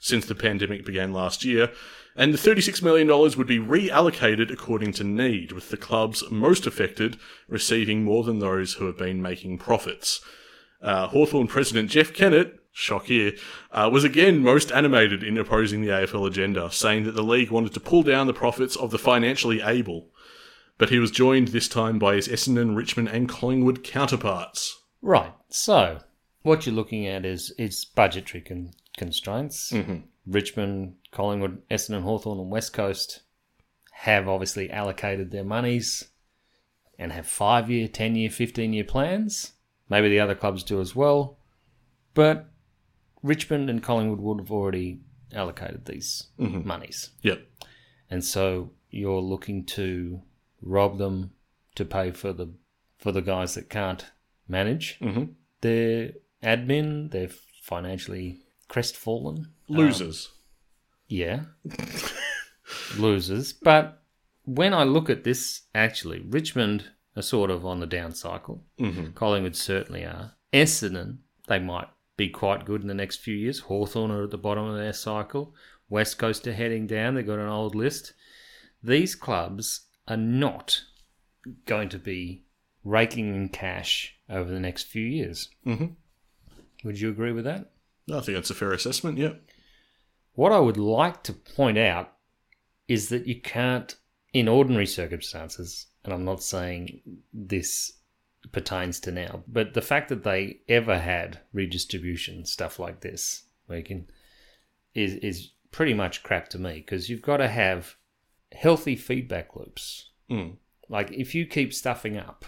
since the pandemic began last year. And the $36 million would be reallocated according to need, with the clubs most affected receiving more than those who have been making profits. Uh, Hawthorn president Jeff Kennett, shock here, uh, was again most animated in opposing the AFL agenda, saying that the league wanted to pull down the profits of the financially able. But he was joined this time by his Essendon, Richmond, and Collingwood counterparts.
Right. So, what you're looking at is is budgetary con- constraints. Richmond, Collingwood, Essendon, Hawthorn, and West Coast have obviously allocated their monies and have five year, 10 year, 15 year plans. Maybe the other clubs do as well. But Richmond and Collingwood would have already allocated these monies.
Yep.
and so you're looking to rob them to pay for the for the guys that can't manage
Mhm.
their admin they're financially crestfallen
Losers.
yeah losers but when i look at this actually richmond are sort of on the down cycle collingwood certainly are essendon they might be quite good in the next few years. Hawthorn are at the bottom of their cycle. West Coast are heading down. They've got an old list. These clubs are not going to be raking in cash over the next few years.
Mhm.
Would you agree with that?
I think that's a fair assessment. Yep.
What I would like to point out is that you can't, in ordinary circumstances, and I'm not saying this pertains to now, but the fact that they ever had redistribution stuff like this, where you can, is is pretty much crap to me because you've got to have healthy feedback loops.
Mm.
Like if you keep stuffing up,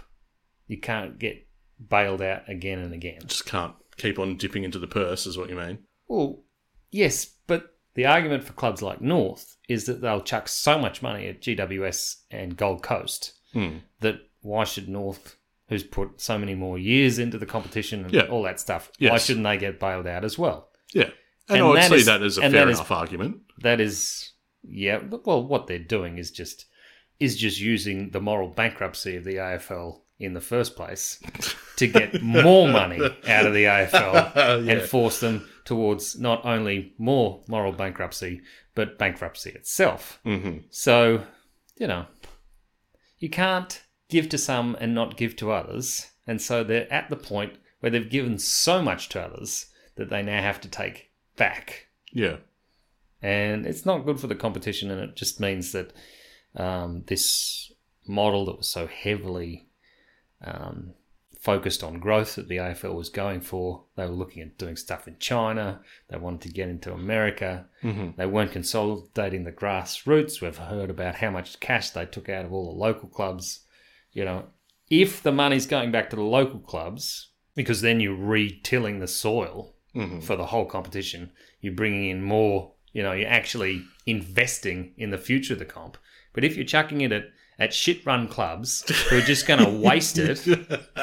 you can't get bailed out again and again.
Just can't keep on dipping into the purse, is what you mean.
Well, yes, but the argument for clubs like North is that they'll chuck so much money at GWS and Gold Coast
Mm.
that why should North, who's put so many more years into the competition and
Yeah.
all that stuff, why
Yes.
shouldn't they get bailed out as well?
Yeah. And,
And
I would
that
see
is-
that as a
and
fair
that is-
enough argument.
That is, yeah. but- Well, what they're doing is just is just using the moral bankruptcy of the AFL in the first place to get more money out of the AFL and
yeah.
force them towards not only more moral bankruptcy but bankruptcy itself.
hmm
So, you know, you can't give to some and not give to others, and so they're at the point where they've given so much to others that they now have to take back
Yeah.
and it's not good for the competition and it just means that um, this model that was so heavily um, focused on growth that the AFL was going for they were looking at doing stuff in China they wanted to get into America
hmm
they weren't consolidating the grassroots we've heard about how much cash they took out of all the local clubs you know if the money's going back to the local clubs because then you're re-tilling the
hmm
soil Mm. for the whole competition. You're bringing in more, you know, you're actually investing in the future of the comp. But if you're chucking it at, at shit run clubs who are just going to waste it,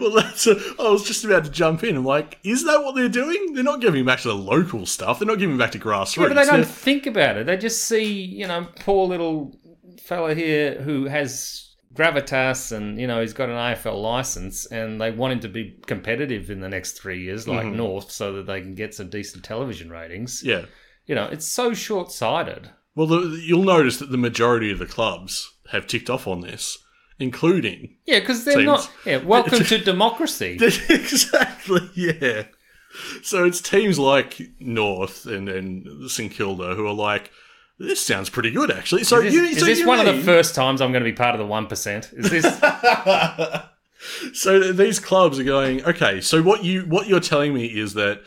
well, that's. A, I was just about to jump in. I'm like, is that what they're doing? They're not giving back to the local stuff. They're not giving back to grassroots.
but they don't
They're-
think about it. They just see, you know, poor little fella here who has gravitas and, you know, he's got an AFL license and they want him to be competitive in the next three years, like North, so that they can get some decent television ratings.
yeah.
You know, it's so short sighted.
Well, the, you'll notice that the majority of the clubs have ticked off on this, including
Yeah, because they're
Teams.
not. Yeah, welcome to democracy.
exactly. Yeah. So it's teams like North and and St Kilda who are like, this sounds pretty good actually. So
Is this,
you,
is
so
this
you
one of the
mean-
first times I'm going to be part of the one percent? Is this?
so th- these clubs are going okay so what you what you're telling me is that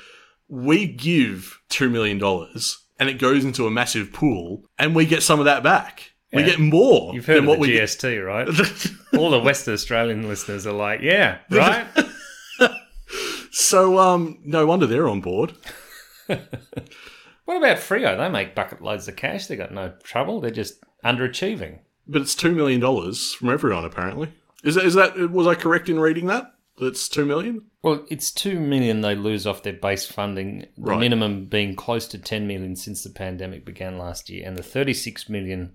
we give 2 million dollars and it goes into a massive pool and we get some of that back we
Yeah.
get more
you've heard
than
of
what
the
we
GST, right? All the Western Australian listeners are like, yeah, right.
so um no wonder they're on board
what about Frio? They make bucket loads of cash. They got no trouble. They're just underachieving.
but it's 2 million dollars from everyone apparently is that, is that was i correct in reading that that's 2 million
Well, it's two million they lose off their base funding. The
Right.
minimum being close to ten million since the pandemic began last year, and the thirty-six million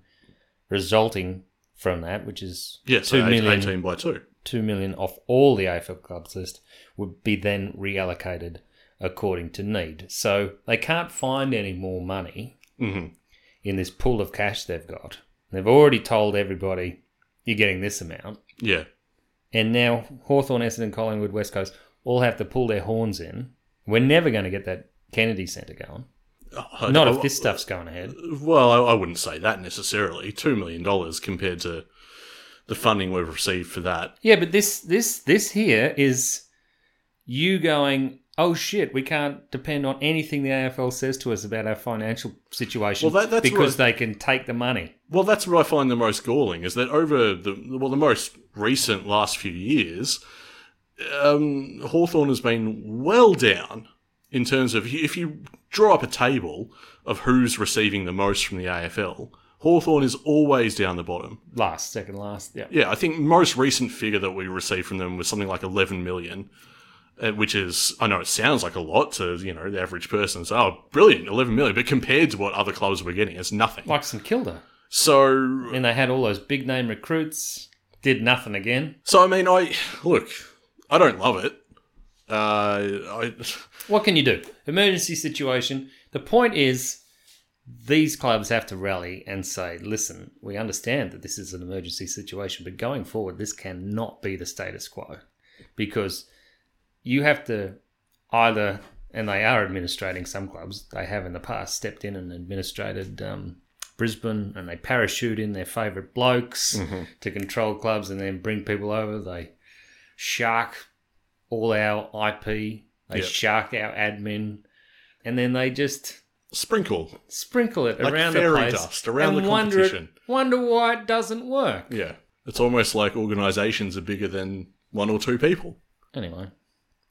resulting from that, which is
yeah so
two
eight-
million
18 by 2
2 million off all the AFL clubs list would be then reallocated according to need. So they can't find any more money
Mhm.
in this pool of cash they've got. They've already told everybody you're getting this amount.
yeah
And now Hawthorn, Essendon, Collingwood, West Coast all have to pull their horns in. We're never going to get that Kennedy Centre going.
Oh, I-
Not
I-
if this stuff's going ahead.
Well, I, I wouldn't say that necessarily. Two million dollars compared to the funding we've received for that.
Yeah, but this this this here is you going, "Oh shit, we can't depend on anything the AFL says to us about our financial situation
Well, that- that's
because they can take the money."
Well, that's what I find the most galling is that over the well, the most recent last few years, um, Hawthorne has been well down in terms of if you draw up a table of who's receiving the most from the AFL. Hawthorne is always down the bottom.
Last, second last. Yeah.
Yeah, I think most recent figure that we received from them was something like 11 million, uh, which is I know it sounds like a lot to you know the average person. It's oh brilliant, 11 million, but compared to what other clubs were getting, it's nothing.
Like St Kilda.
So
And they had all those big name recruits, did nothing again.
so I mean I look, I don't love it. Uh, I,
What can you do? Emergency situation. The point is, these clubs have to rally and say, listen, we understand that this is an emergency situation, but going forward, this cannot be the status quo because you have to either, and they are administrating some clubs, they have in the past stepped in and administrated um, Brisbane and they parachute in their favourite blokes to control clubs and then bring people over. They shark all our IP, they
Yep.
shark our admin, and then they just
sprinkle.
sprinkle it
Like
around the
fairy
place
dust around
and
the
wonder-
competition.
Wonder, why it doesn't work.
Yeah. It's almost like organisations are bigger than one or two people.
Anyway,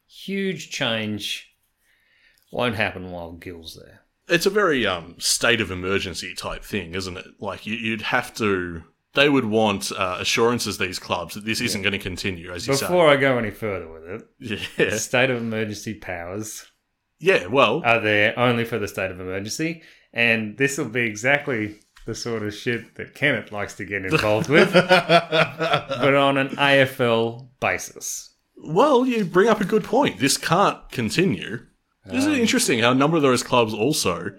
huge change won't happen while Gil's there.
It's a very um, state of emergency type thing, isn't it? Like you, you'd have to. They would want uh, assurances these clubs that this isn't going to continue, as you
Before I go any further with it,
say. Yeah.
state of emergency powers
Yeah. Well.
are there only for the state of emergency, and this will be exactly the sort of shit that Kenneth likes to get involved with, but on an AFL basis.
Well, you bring up a good point. This can't continue. Isn't it interesting how a number of those clubs also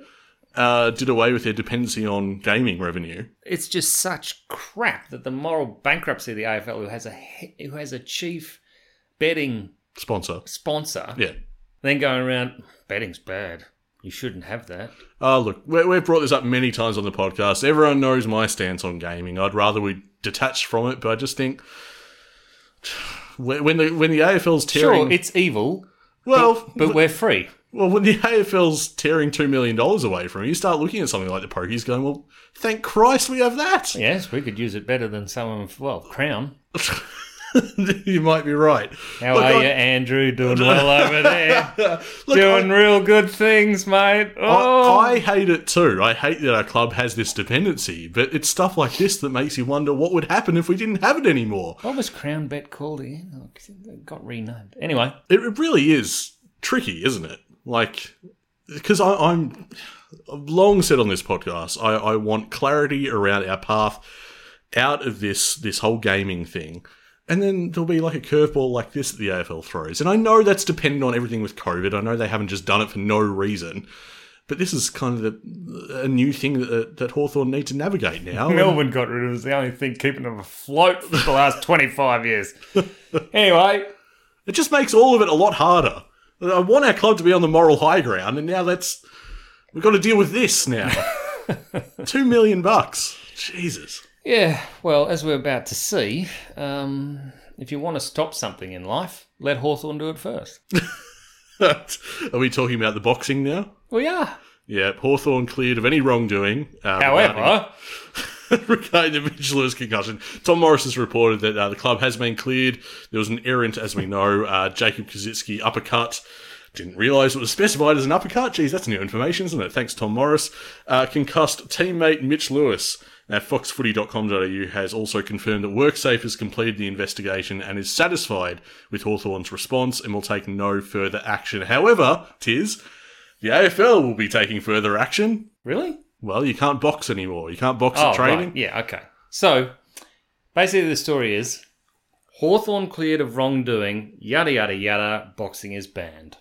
uh, did away with their dependency on gaming revenue?
it's just such crap that the moral bankruptcy of the AFL, who has a he- who has a chief betting
Sponsor.
sponsor,
Yeah.
then going around betting's bad. You shouldn't have that.
Uh, look, we- we've brought this up many times on the podcast. Everyone knows my stance on gaming. I'd rather we detach from it, but I just think when when the when the AFL's tearing
Sure, it's evil,
well,
but we're free.
well, when the AFL's tearing two million dollars away from it, you start looking at something like the pokies, going, "Well, thank Christ we have that."
Yes, we could use it better than some of well Crown.
you might be right.
How
Look,
are
I-
you, Andrew? Doing well over there.
Look,
Doing real good things, mate.
I,
Oh,
I hate it too. I hate that our club has this dependency, but it's stuff like this that makes you wonder what would happen if we didn't have it anymore.
what was Crown Bet called again? Oh, 'cause it got renamed. Anyway,
It it really is tricky, isn't it? Like, because I'm, I've long said on this podcast, I, I want clarity around our path out of this this whole gaming thing. And then there'll be like a curveball like this that the AFL throws. And I know that's dependent on everything with COVID. I know they haven't just done it for no reason. But this is kind of the, a new thing that, that Hawthorn need to navigate now.
Melbourne got rid of was the only thing keeping them afloat for the last 25 years. Anyway,
It just makes all of it a lot harder. I want our club to be on the moral high ground, and now that's we've got to deal with this now. Two million bucks, Jesus.
yeah, well, as we're about to see, um, if you want to stop something in life, let Hawthorn do it first.
Are we talking about the boxing now?
Well, yeah.
Yeah, Hawthorne cleared of any wrongdoing. Uh, regarding-
However,
regarding the Mitchell's concussion, Tom Morris has reported that uh, the club has been cleared. There was an errant, as we know, uh, Jacob Kaczynski uppercut. Didn't realise it was specified as an uppercut. Geez, that's new information, isn't it? Thanks, Tom Morris. Uh, concussed teammate Mitch Lewis. Now, foxfooty.com.au has also confirmed that WorkSafe has completed the investigation and is satisfied with Hawthorn's response and will take no further action. However, tis the AFL will be taking further action.
really? Oh,
Well, you can't box anymore. You can't box at training.
right. Yeah, okay. So, basically, the story is Hawthorn cleared of wrongdoing, yada, yada, yada, boxing is banned.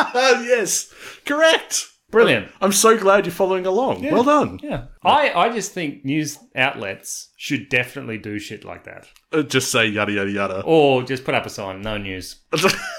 Ah, yes, correct.
Brilliant.
I'm so glad you're following along. Well done.
Yeah. I, I just think news outlets should definitely do shit like that.
Uh, Just say yada yada yada.
Or just put up a sign, no news.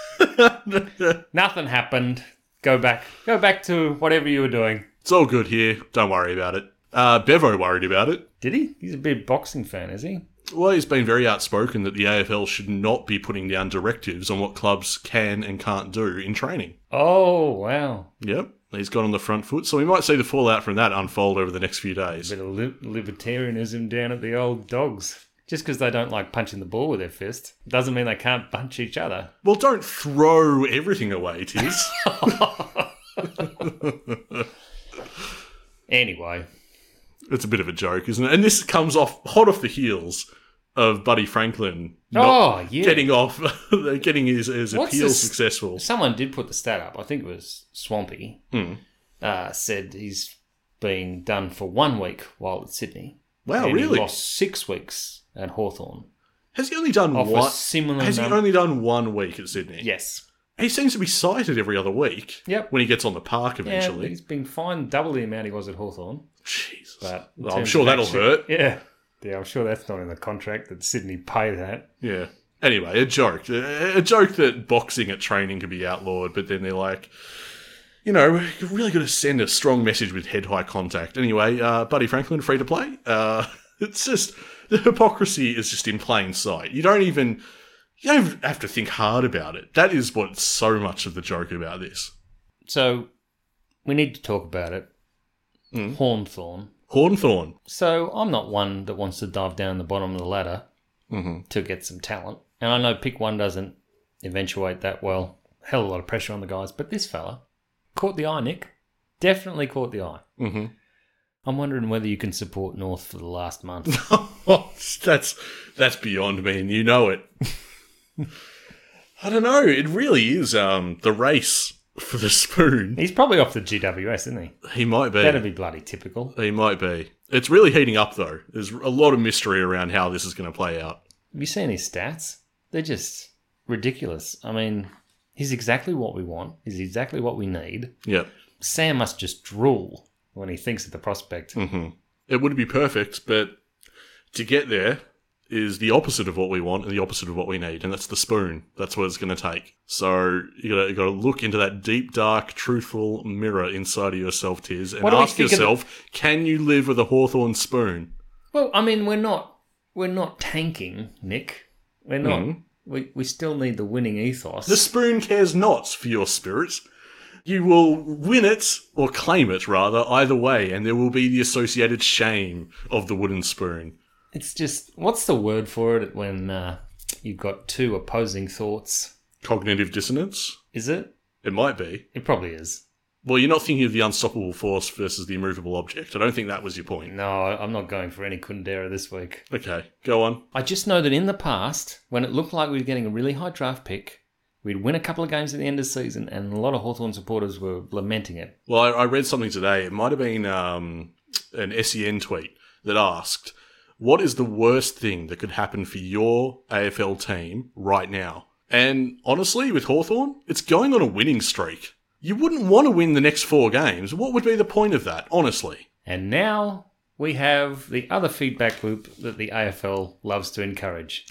Nothing happened. Go back. Go back to whatever you were doing.
it's all good here. Don't worry about it. Uh, Bevo worried about it.
Did he? He's a big boxing fan, is he?
Well, he's been very outspoken that the AFL should not be putting down directives on what clubs can and can't do in training.
Oh, wow.
Yep, he's gone on the front foot, so we might see the fallout from that unfold over the next few days.
Bit of li- libertarianism down at the old dogs. Just because they don't like punching the ball with their fist doesn't mean they can't punch each other.
Well, don't throw everything away, Tiz.
Anyway,
it's a bit of a joke, isn't it? And this comes off hot off the heels of Buddy Franklin
oh yeah,
getting off, getting his, his
What's
appeal
this-
successful.
someone did put the stat up. I think it was Swampy. Uh, said he's been done for one week while at Sydney.
Wow,
and
really?
He lost six weeks at Hawthorn.
Has he only done
Of a
one?
similar
Has he
number-
only done one week at Sydney?
Yes.
He seems to be cited every other week.
Yep.
When he gets on the park
Yeah,
eventually.
he's been fined double the amount he was at Hawthorn.
Jesus.
But in
Well, I'm
terms
sure
of
that'll
actually-
hurt.
Yeah. Yeah, I'm sure that's not in the contract that Sydney pay that.
Yeah. Anyway, a joke. A a joke that boxing at training could be outlawed, but then they're like, you know, you're really going to send a strong message with head high contact. Anyway, uh, Buddy Franklin, free to play. Uh, it's just, the hypocrisy is just in plain sight. You don't even, you don't even have to think hard about it. That is what's so much of the joke about this.
So we need to talk about it. Hmm.
Mm.
Hawthorn.
Hornthorn.
So I'm not one that wants to dive down the bottom of the ladder
Mm-hmm.
to get some talent. And I know pick one doesn't eventuate that well. Hell of a lot of pressure on the guys. But this fella caught the eye, Nick. Definitely caught the eye.
Mm-hmm.
I'm wondering whether you can support North for the last month.
Oh, that's that's beyond me, and you know it. I don't know. It really is um, the race for the spoon.
He's probably off the GWS, isn't he?
He might be.
That'd be bloody typical.
He might be. It's really heating up, though. There's a lot of mystery around how this is going to play out.
Have you seen his stats? They're just ridiculous. I mean, he's exactly what we want. He's exactly what we need.
Yeah.
Sam must just drool when he thinks of the prospect.
hmm It would be perfect, but to get there is the opposite of what we want and the opposite of what we need, and that's the spoon. That's what it's going to take. So you got to got to look into that deep, dark, truthful mirror inside of yourself, Tiz, and
What do we
ask
think of the-
yourself: Can you live with a hawthorn spoon?
Well, I mean, we're not we're not tanking, Nick. We're not.
Mhm.
We we still need the winning ethos.
The spoon cares not for your spirit. You will win it or claim it, rather, either way, and there will be the associated shame of the wooden spoon.
It's just what's the word for it when uh, you've got two opposing thoughts?
Cognitive dissonance?
Is it?
It might be.
It probably is.
Well, you're not thinking of the unstoppable force versus the immovable object. I don't think that was your point.
No, I- I'm not going for any Kundera this week.
Okay, go on.
I just know that in the past, when it looked like we were getting a really high draft pick, we'd win a couple of games at the end of the season, and a lot of Hawthorn supporters were lamenting it.
Well, I, I read something today. It might have been um, an SEN tweet that asked, What is the worst thing that could happen for your AFL team right now? And honestly, with Hawthorn, it's going on a winning streak. You wouldn't want to win the next four games. What would be the point of that, honestly?
And now we have the other feedback loop that the AFL loves to encourage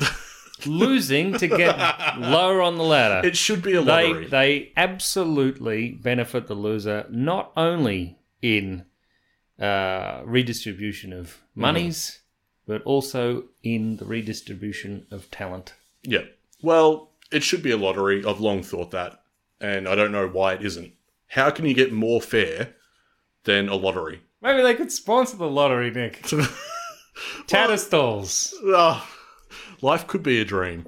losing to get lower on the ladder.
It should be a
they
lottery.
they absolutely benefit the loser not only in uh, redistribution of monies, but also in the redistribution of talent.
yeah. Well, it should be a lottery. I've long thought that. And I don't know why it isn't. How can you get more fair than a lottery?
Maybe they could sponsor the lottery, Nick. Tatterstalls.
Ah, life could be a dream.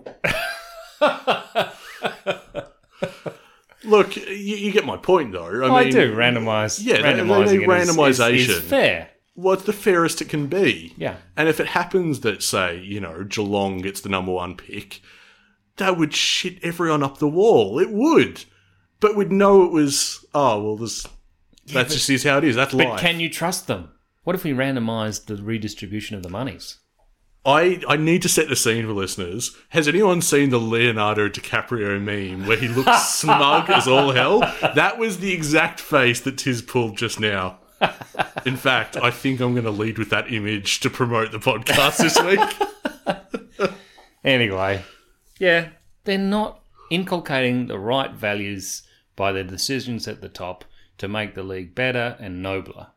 Look, you, you get my point, though. I,
I,
mean,
do randomise.
Yeah, they- they-
randomising
they
it is- is, is
randomisation.
fair.
What's the fairest it can be?
Yeah,
And if it happens that, say, you know, Geelong gets the number one pick, that would shit everyone up the wall. It would. But we'd know it was, oh, well, there's. That just is how it is. That's
but
life.
can you trust them? What if we randomised the redistribution of the monies?
I, I need to set the scene for listeners. Has anyone seen the Leonardo DiCaprio meme where he looks smug as all hell? That was the exact face that Tiz pulled just now. In fact, I think I'm going to lead with that image to promote the podcast this week.
Anyway, yeah, they're not inculcating the right values by their decisions at the top to make the league better and nobler.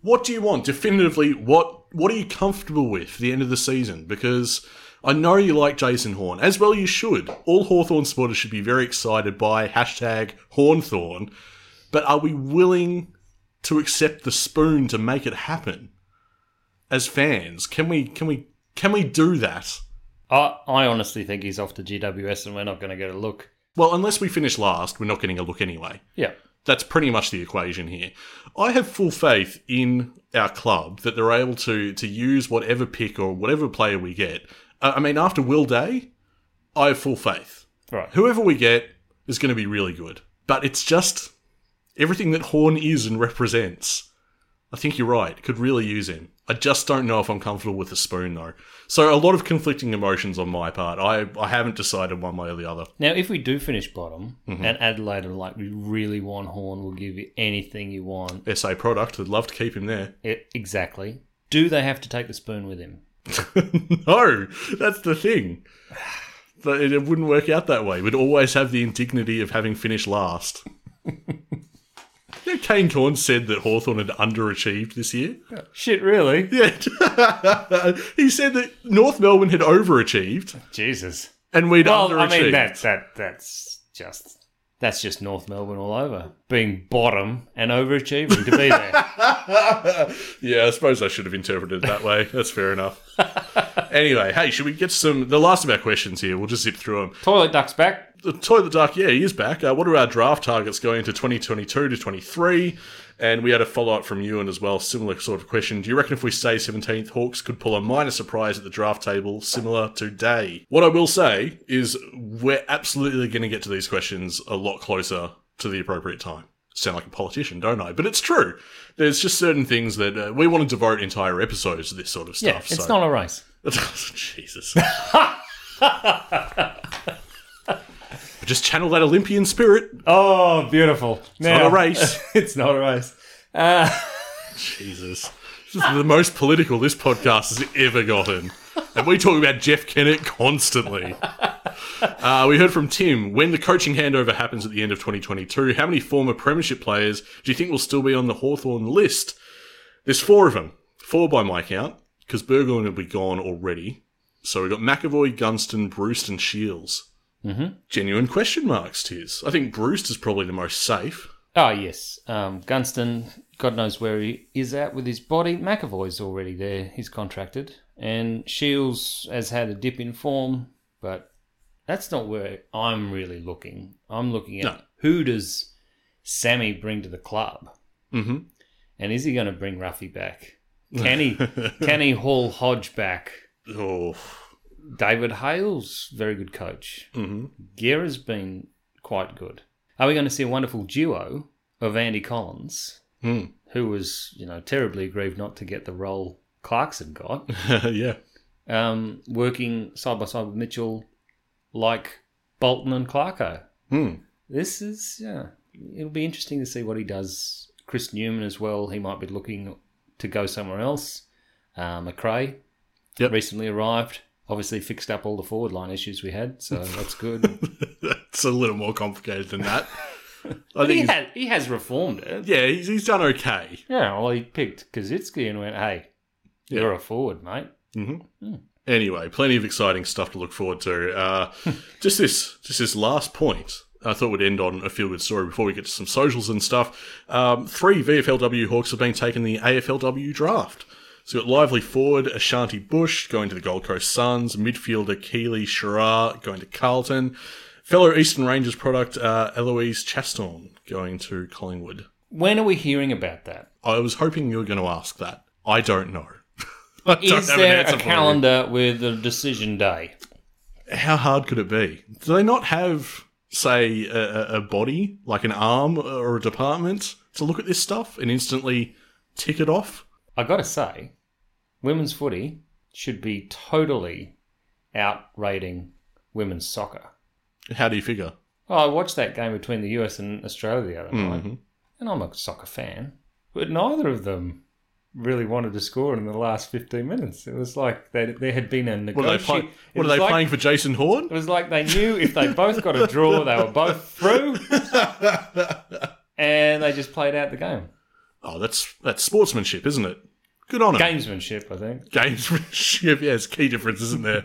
What do you want? Definitively, what what are you comfortable with for the end of the season? Because I know you like Jason Horn, as well you should. All Hawthorn supporters should be very excited by hashtag Hornthorn. But are we willing to accept the spoon to make it happen? As fans, can we can we can we do that?
I, I honestly think he's off to GWS and we're not going to get a look.
Well, unless we finish last, we're not getting a look anyway.
Yeah.
that's pretty much the equation here. I have full faith in our club that they're able to to use whatever pick or whatever player we get. Uh, I mean, after Will Day, I have full faith.
Right.
Whoever we get is going to be really good. But it's just everything that Horn is and represents. I think you're right. Could really use him. I just don't know if I'm comfortable with the spoon though. So a lot of conflicting emotions on my part. I, I haven't decided one way or the other.
Now, if we do finish bottom and Adelaide are like, we really want Horn, we'll give you anything you want.
SA product would love to keep him there.
It, exactly. Do they have to take the spoon with him?
no, that's the thing. But It it wouldn't work out that way. We'd always have the indignity of having finished last. You know, Kane Corn said that Hawthorn had underachieved this year.
Shit, really?
Yeah. he said that North Melbourne had overachieved
Jesus.
and we'd
Well, I
underachieved.
mean that that that's just that's just North Melbourne all over being bottom and overachieving to be there.
Yeah, I suppose I should have interpreted it that way. That's fair enough. anyway, hey, should we get some the last of our questions here? We'll just zip through them.
Toilet ducks back.
the Toilet Duck, yeah, he is back. Uh, what are our draft targets going into 2022 to 23? And we had a follow up from Ewan as well, similar sort of question. Do you reckon if we stay 17th, Hawks could pull a minor surprise at the draft table similar to Day? What I will say is we're absolutely going to get to these questions a lot closer to the appropriate time. Sound like a politician, don't I? But it's true. There's just certain things that uh, we want to devote entire episodes to this sort of stuff.
Yeah, it's not a race.
Jesus. But just channel that Olympian spirit.
Oh, beautiful.
Not a race.
it's not a race. Uh,
Jesus. This is the most political this podcast has ever gotten. And we talk about Jeff Kennett constantly. Uh, we heard from Tim. When the coaching handover happens at the end of 2022, how many former Premiership players do you think will still be on the Hawthorn list? There's four of them. Four by my count, because Burgoyne will be gone already. So we've got McAvoy, Gunston, Bruce, and Shields. Mm-hmm. Genuine question marks, Tiz. I think Bruce is probably the most safe.
oh yes, um, Gunston. God knows where he is at with his body. McAvoy's already there. He's contracted, and Shields has had a dip in form, but that's not where I'm really looking. I'm looking at
No.
who does Sammy bring to the club.
Mm-hmm.
And is he going to bring Ruffy back? Can he? can he haul Hodge back?
Oh,
David Hale's very good coach.
hmm
Guerra's been quite good. Are we going to see a wonderful duo of Andy Collins,
Hmm.
who was you know terribly aggrieved not to get the role Clarkson got,
yeah.
um, working side by side with Mitchell, like Bolton and Clarko?
Hmm.
This is yeah. It'll be interesting to see what he does. Chris Newman as well. He might be looking to go somewhere else. Uh, McRae
Yep.
recently arrived. Obviously fixed up all the forward line issues we had, so that's good.
That's a little more complicated than that. I
but he,
think, he's,
had, he has reformed it.
yeah, he's, he's done okay.
Yeah, well, he picked Kaczynski and went, hey,
Yeah.
you're a forward, mate.
Anyway, plenty of exciting stuff to look forward to. Uh, just this, just this last point. I thought we'd end on a feel good story before we get to some socials and stuff. Um, three VFLW Hawks have been taken in the AFLW draft. So we've got lively forward Ashanti Bush going to the Gold Coast Suns, midfielder Keely Sherrar going to Carlton, fellow Eastern Rangers product uh, Eloise Chaston going to Collingwood.
When are we hearing about that?
I was hoping you were going to ask that. I don't know. I don't
Is
have an
there
answer
a
for you.
calendar with a decision day?
How hard could it be? Do they not have, say, a, a- a body, like an arm or a department, to look at this stuff and instantly tick it off?
I gotta say, women's footy should be totally outrating women's soccer.
How do you figure?
Well, I watched that game between the US and Australia the other
Mm-hmm.
night, and I'm a soccer fan, but neither of them really wanted to score in the last 15 minutes. It was like they, there had been a
What are they, play-
negotiation.
what are they
like,
playing for Jason Horn?
It was like they knew if they both got a draw, they were both through, and they just played out the game.
Oh, that's that's sportsmanship, isn't it? Good on 'em.
Gamesmanship, I think.
gamesmanship. Yeah, it's key difference, isn't there?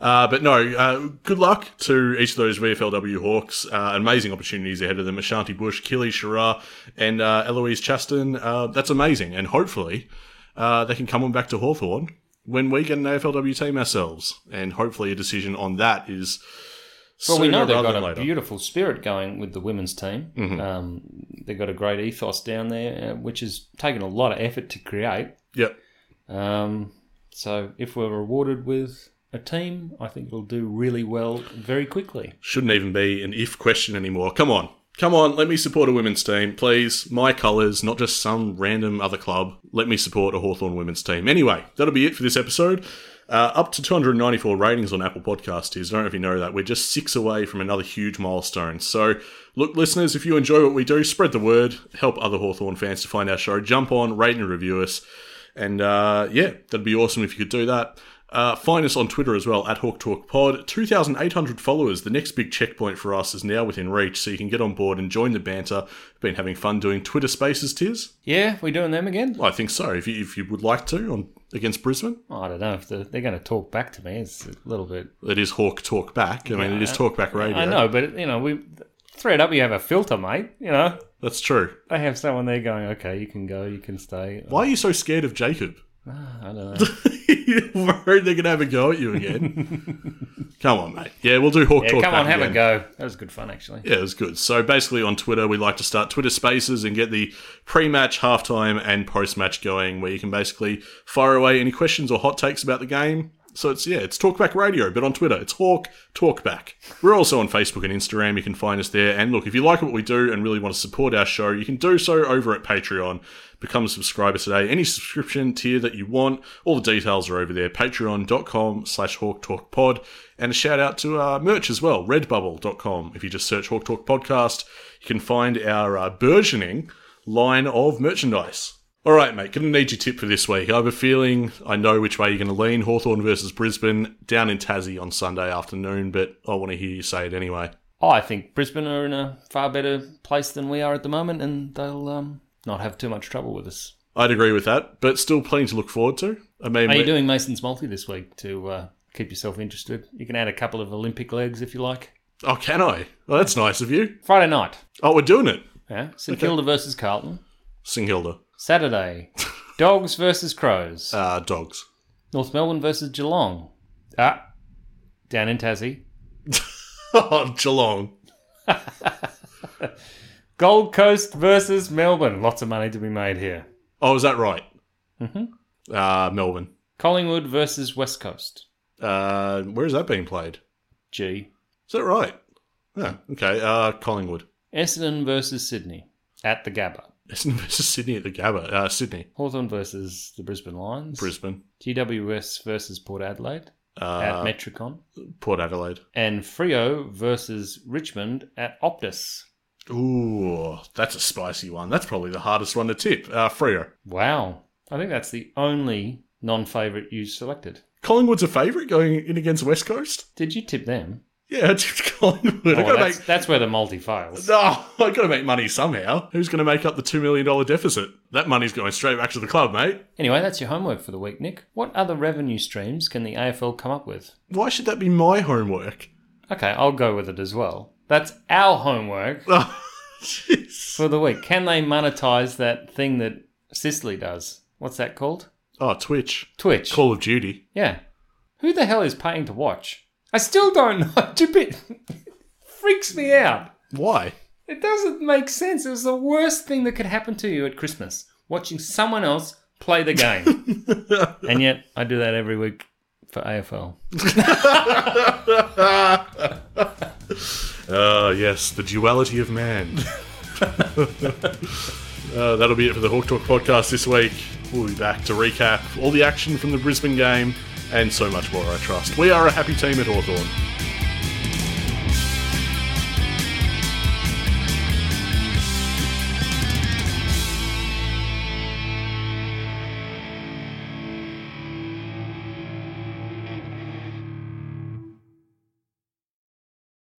uh, but no, uh, good luck to each of those VFLW Hawks. Uh, amazing opportunities ahead of them. Ashanti Bush, Killy Sherrar, and uh, Eloise Chaston. Uh, that's amazing. And hopefully uh, they can come on back to Hawthorn when we get an AFLW team ourselves. And hopefully a decision on that is.
Well, we know
sooner
they've
rather
got a
than later. Mm-hmm.
beautiful spirit going with the women's team. Um, they've got a great ethos down there, uh, which has taken a lot of effort to create.
Yep.
Um, so, if we're rewarded with a team, I think it'll do really well very quickly.
Shouldn't even be an if question anymore. Come on. Come on, let me support a women's team, please. My colours, not just some random other club. Let me support a Hawthorn women's team. Anyway, that'll be it for this episode. Uh, up to 294 ratings on Apple Podcast tiers. I don't know if you know that. We're just six away from another huge milestone. So, look, listeners, if you enjoy what we do, spread the word, help other Hawthorn fans to find our show. Jump on, rate and review us. And uh, yeah, that'd be awesome if you could do that. Uh, find us on Twitter as well at Hawk Talk Pod. 2,800 followers. The next big checkpoint for us is now within reach, so you can get on board and join the banter. Been having fun doing Twitter Spaces, Tiz?
Yeah, we doing them again?
I think so. If you, if you would like to, on against Brisbane,
I don't know if the, they're going to talk back to me. It's a little bit.
it is Hawk Talk Back. I mean, it is Talk Back Radio.
I know, but you know, we thread up. You have a filter, mate. You know,
That's true.
they have someone there going, "Okay, you can go, you can stay." Ah,
Why are you so scared of Jacob?
I don't know.
You're worried they're going to have a go at you again. come on, mate. Yeah, we'll do Hawk
yeah,
Talk
come
Back
on, have
again.
a go. That was good fun, actually.
Yeah, it was good. So basically, on Twitter, we like to start Twitter spaces and get the pre match, halftime, and post match going, where you can basically fire away any questions or hot takes about the game. So it's, yeah, it's Talkback Radio, but on Twitter, it's Hawk Talkback. We're also on Facebook and Instagram. You can find us there. And look, if you like what we do and really want to support our show, you can do so over at Patreon. Become a subscriber today. Any subscription tier that you want, all the details are over there. Patreon.com slash Hawk Talk Pod. And a shout out to our merch as well, redbubble.com. If you just search Hawk Talk Podcast, you can find our uh, burgeoning line of merchandise. All right, mate, going to need your tip for this week. I have a feeling I know which way you're going to lean Hawthorn versus Brisbane down in Tassie on Sunday afternoon, but I want to hear you say it anyway.
Oh, I think Brisbane are in a far better place than we are at the moment, and they'll um, not have too much trouble with us.
I'd agree with that, but still plenty to look forward to. I mean,
Are you
we-
doing Mason's multi this week to uh, keep yourself interested? You can add a couple of Olympic legs if you like.
oh, can I? Well, that's nice of you.
Friday night,
Oh, we're doing it.
yeah, St Kilda versus Carlton.
St Kilda.
Saturday, Dogs versus Crows.
Uh, dogs.
North Melbourne versus Geelong. Ah, down in Tassie.
oh, Geelong.
Gold Coast versus Melbourne. Lots of money to be made here.
Oh, is that right? Mm-hmm. Uh, Melbourne.
Collingwood versus West Coast.
Uh, where is that being played?
G.
Is that right? Yeah. Okay. Uh, Collingwood.
Essendon versus Sydney at the Gabba.
Essendon versus Sydney at the Gabba. Uh, Sydney.
Hawthorn versus the Brisbane Lions.
Brisbane.
GWS versus Port Adelaide at
Uh,
Metricon.
Port Adelaide.
And Frio versus Richmond at Optus.
Ooh, that's a spicy one. That's probably the hardest one to tip. Uh, Freo.
Wow. I think that's the only non favourite you selected.
Collingwood's a favourite going in against West Coast.
Did you tip them?
Yeah, I tipped Collingwood. I
Oh,
gotta
that's,
make.
that's where the multi fails.
No, I gotta make money somehow. Who's gonna make up the two million dollar deficit? That money's going straight back to the club, mate.
Anyway, that's your homework for the week, Nick. What other revenue streams can the AFL come up with?
Why should that be my homework?
Okay, I'll go with it as well. That's our homework
Jeez.
for the week. Can they monetize that thing that Sicily does? What's that called?
Oh, Twitch.
Twitch.
Call of Duty.
Yeah. Who the hell is paying to watch? I still don't know. It freaks me out.
Why?
It doesn't make sense. It was the worst thing that could happen to you at Christmas, watching someone else play the game. and yet, I do that every week for AFL.
Ah, yes, the duality of man. uh, that'll be it for the Hawk Talk podcast this week. We'll be back to recap all the action from the Brisbane game and so much more, I trust. We are a happy team at Hawthorn.